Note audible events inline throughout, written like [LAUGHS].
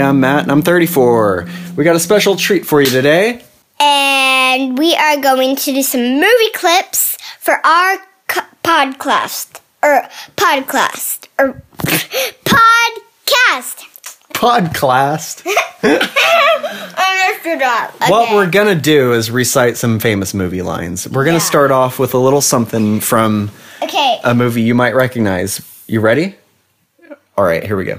I'm 34. We got a special treat for you today. And we are going to do some movie clips for our co- podcast. Or podcast. Or [LAUGHS] podcast. Podcast. I messed it up. What Okay. we're going to do is recite some famous movie lines. We're going to Yeah. start off with a little something from Okay. a movie you might recognize. You ready? All right, here we go.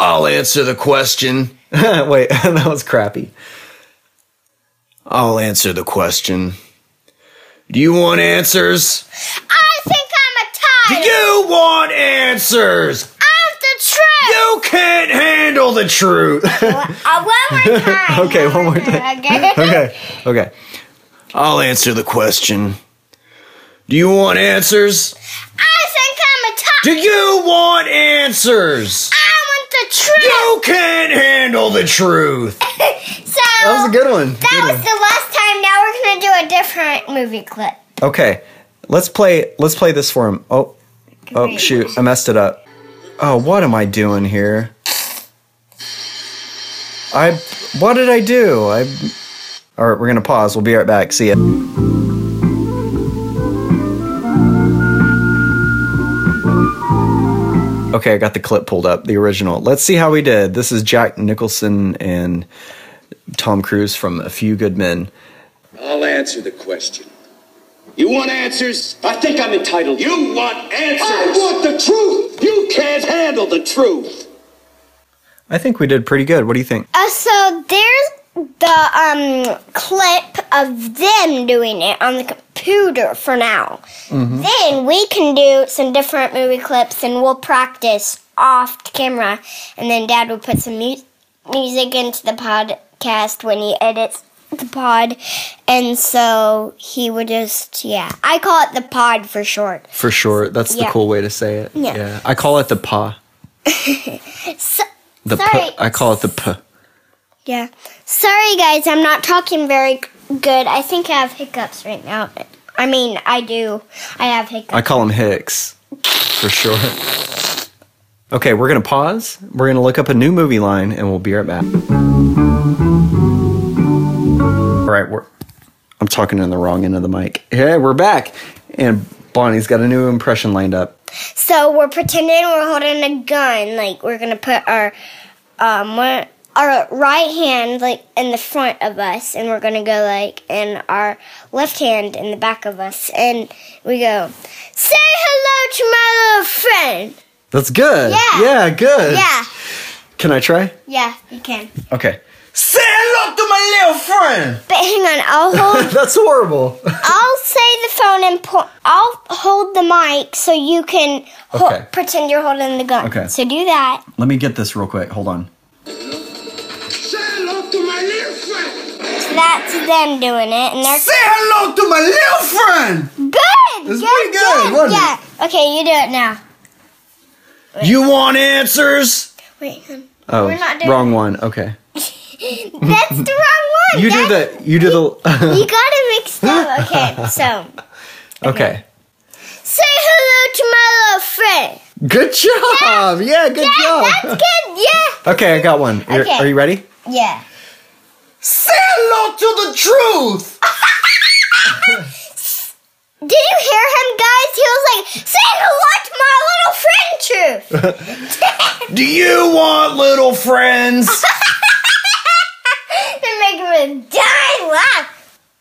I'll answer the question. [LAUGHS] Wait, that was crappy. I'll answer the question. Do you want answers? I think I'm a tiger. You want answers! I'm the truth. You can't handle the truth! [LAUGHS] Uh, one more time. Okay, one more [LAUGHS] time. Okay. okay, okay. I'll answer the question. Do you want answers? I think I'm a tiger. Do you want answers? I want the truth. You can't handle the So truth. That was a good one. That Good was one. the last time. Now we're gonna do a different movie clip. Okay, let's play. Let's play this for him. Oh, oh, Great. shoot! I messed it up. Oh, what am I doing here? I. What did I do? I. All right, we're gonna pause. We'll be right back. See ya. Okay, I got the clip pulled up, the original. Let's see how we did. This is Jack Nicholson and Tom Cruise from A Few Good Men. I'll answer the question. You want answers? I think I'm entitled. You want answers? I want the truth. You can't handle the truth. I think we did pretty good. What do you think? Uh, so there's the um clip of them doing it on the computer for now. Then we can do some different movie clips, and we'll practice off the camera, and then Dad will put some mu- music into the podcast when he edits the pod, and so he would just yeah. I call it the pod for short. For sure. That's the Yeah. cool way to say it. Yeah. I call it the pa. the sorry. p. I call it the p. Yeah. Sorry, guys, I'm not talking very good. I think I have hiccups right now. I mean, I do. I have hiccups. I call him Hicks. For sure. Okay, we're going to pause. We're going to look up a new movie line and we'll be right back. All right, we're I'm talking in the wrong end of the mic. Hey, we're back. And Bonnie's got a new impression lined up. so we're pretending we're holding a gun. Like we're gonna put our um one- our right hand like in the front of us, and we're gonna go like, and our left hand in the back of us, and we go, say hello to my little friend. That's good. Yeah. Yeah, good. Yeah. Can I try? Yeah, you can. Okay. Say hello to my little friend. But hang on, I'll hold That's horrible. [LAUGHS] I'll say the phone and po- I'll hold the mic so you can ho- Okay. pretend you're holding the gun. Okay. So do that. Let me get this real quick. Hold on. Say hello to my little friend. So that's them doing it, and they're hello to my little friend. good. It's yeah, pretty good, wasn't it? yeah. Okay, you do it now. You want answers? Wait. hon. Oh, We're not doing- wrong one. Okay. [LAUGHS] That's the wrong one. You do That's- the. You do the. [LAUGHS] [LAUGHS] You got it mixed up. Okay, so okay. say hello to my little friend. Good job. Yeah. Good Yeah, job. that's good. Yeah. [LAUGHS] Okay, I got one. You're- Okay. Are you ready? Yeah. Say hello to the truth. Did you hear him, guys? He was like, say hello to my little friend, truth. Do you want little [LAUGHS] friends? They're making me die laugh.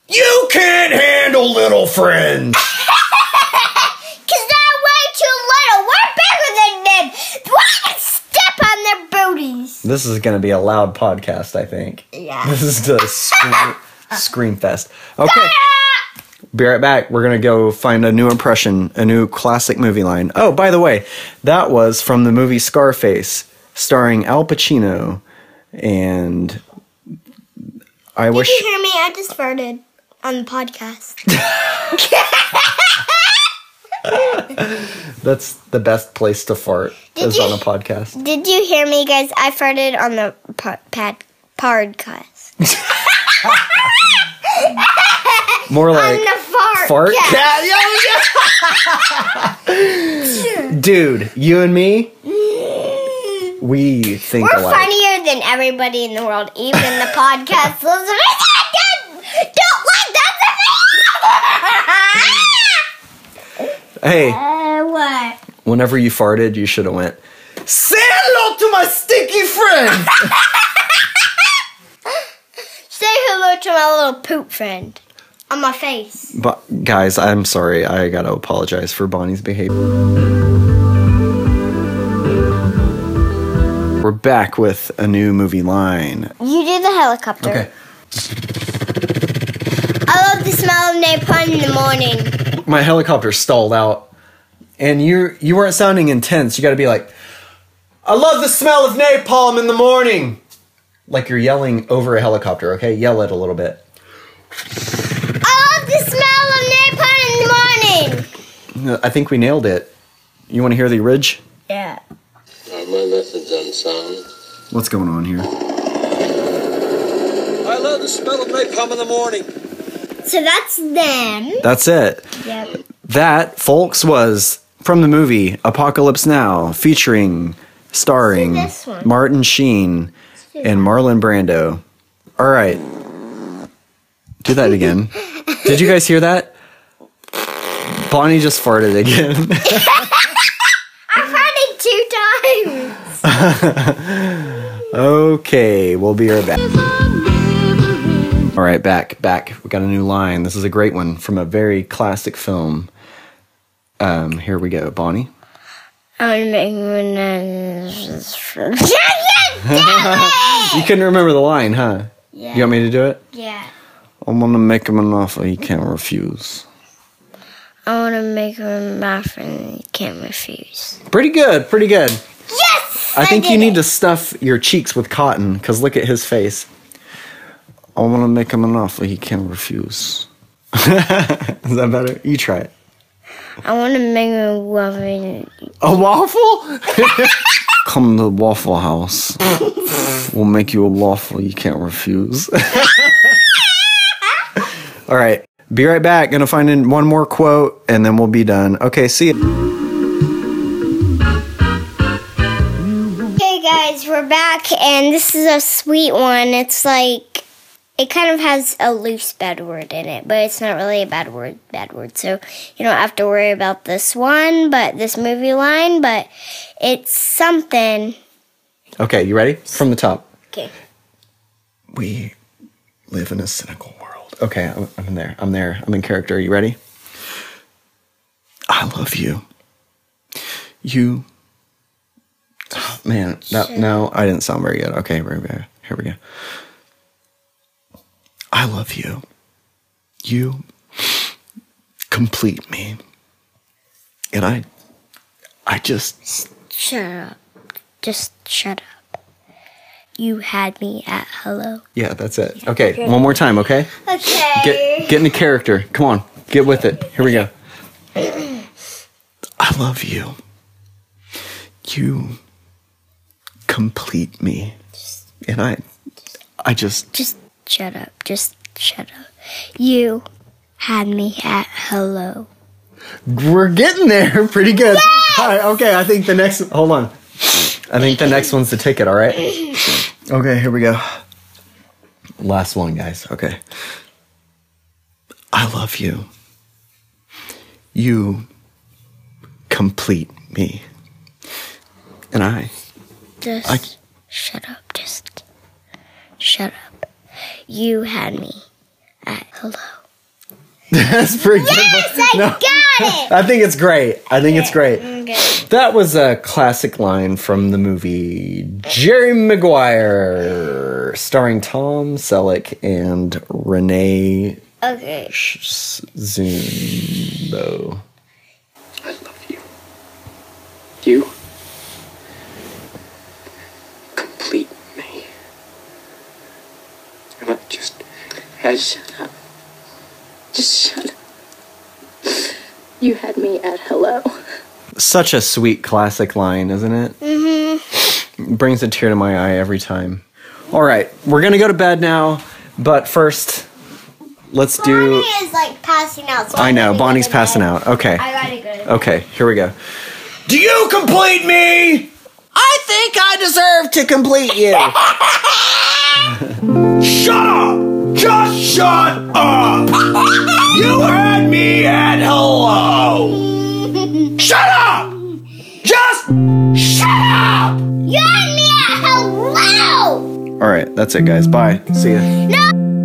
you can't handle little friends. Cause they're way too little. We're bigger than them. We can step on their booties. This is going to be a loud podcast, I think. Yeah. This is the scream, scream fest. Okay. Be right back. We're going to go find a new impression, a new classic movie line. Oh, by the way, that was from the movie Scarface, starring Al Pacino. And I wish. Did [LAUGHS] you hear me? I just farted on the podcast. That's the best place to fart, Did is you- on a podcast. Did you hear me, guys? I farted on the pod, pad, podcast. More On like. the fart. Fart cast. cat? [LAUGHS] Yeah, yeah. Dude, you and me, we think We're alike. funnier than everybody in the world, even the podcast listeners. Don't let that [LAUGHS] Hey, Uh, what? whenever you farted, you should have went. Say hello to my sticky friend. Say hello to my little poop friend on my face. but guys, I'm sorry. I gotta apologize for Bonnie's behavior. We're back with a new movie line. You do the helicopter. I love the smell of napalm in the morning. my helicopter stalled out, and you you weren't sounding intense. You got to be like, "I love the smell of napalm in the morning," like you're yelling over a helicopter. Okay, yell it a little bit. I love the smell of napalm in the morning. I think we nailed it. You want to hear the ridge? Yeah. Are my methods unsound? What's going on here? I love the smell of napalm in the morning. So that's them. That's it. Yep. That, folks, was from the movie Apocalypse Now, featuring, starring Let's do this one. Martin Sheen and Marlon Brando. All right. Do that [LAUGHS] again. Did you guys hear that? Bonnie just farted again. [LAUGHS] I've heard it two times. okay, we'll be right back. All right, back, back. We got a new line. This is a great one from a very classic film. Um, here we go, Bonnie. I'm [LAUGHS] [LAUGHS] You couldn't remember the line, huh? Yeah. You want me to do it? Yeah. I'm gonna make him an offer he can't refuse. I want to make him laugh and he can't refuse. Pretty good, pretty good. Yes! I, think did you need it. to stuff your cheeks with cotton, because look at his face. I wanna make him an offer he can't refuse. [LAUGHS] Is that better? You try it. I want to make him love and A waffle? [LAUGHS] Come to the Waffle House. we'll make you a waffle you can't refuse. [LAUGHS] All right. Be right back. Gonna find in one more quote and then we'll be done. Okay, see you. Okay, guys, we're back, and this is a sweet one. It's like it kind of has a loose bad word in it, but it's not really a bad word, bad word. So you don't have to worry about this one, but this movie line, but it's something. Okay, you ready? From the top. Okay. we live in a cynical world. Okay, I'm, I'm in there. I'm there. I'm in character. Are you ready? I love you. You. Oh, man, that, no, I didn't sound very good. Okay, here we go. Here we go. I love you. You complete me. And I, I just, Shut up. Just shut up. You had me at hello. yeah, that's it. Okay, one more time, okay? Okay. Get get into character. Come on, get with it. Here we go. I love you. You complete me, and I, I just Just shut up. Just shut up. You had me at hello. we're getting there [LAUGHS] pretty good. All right, okay, I think the next. Hold on, I think the next one's the ticket. All right. Okay, here we go. Last one, guys. Okay. I love you. You complete me, and I. [LAUGHS] Just I- shut up. Just shut up. You had me at hello. That's pretty good. I [LAUGHS] got I think it's great. I think it's great. Okay. That was a classic line from the movie Jerry Maguire, starring Tom Selleck and Renee Okay. Sh- Zumbo. I love you. You complete me. And I just, I shut up. Just shut up. You had me at hello. Such a sweet classic line, isn't it? Mm-hmm. Brings a tear to my eye every time. All right, we're gonna go to bed now, but first, let's do. is like passing out. So I know Bonnie's passing out. Um, Okay. gotta go. Okay, here we go. Do you complete me? I think I deserve to complete you. [LAUGHS] Shut up! Just shut up! You heard me at hello! [LAUGHS] Shut up! Just shut up! You're me at hello! All right, that's it, guys. Bye. See ya. No!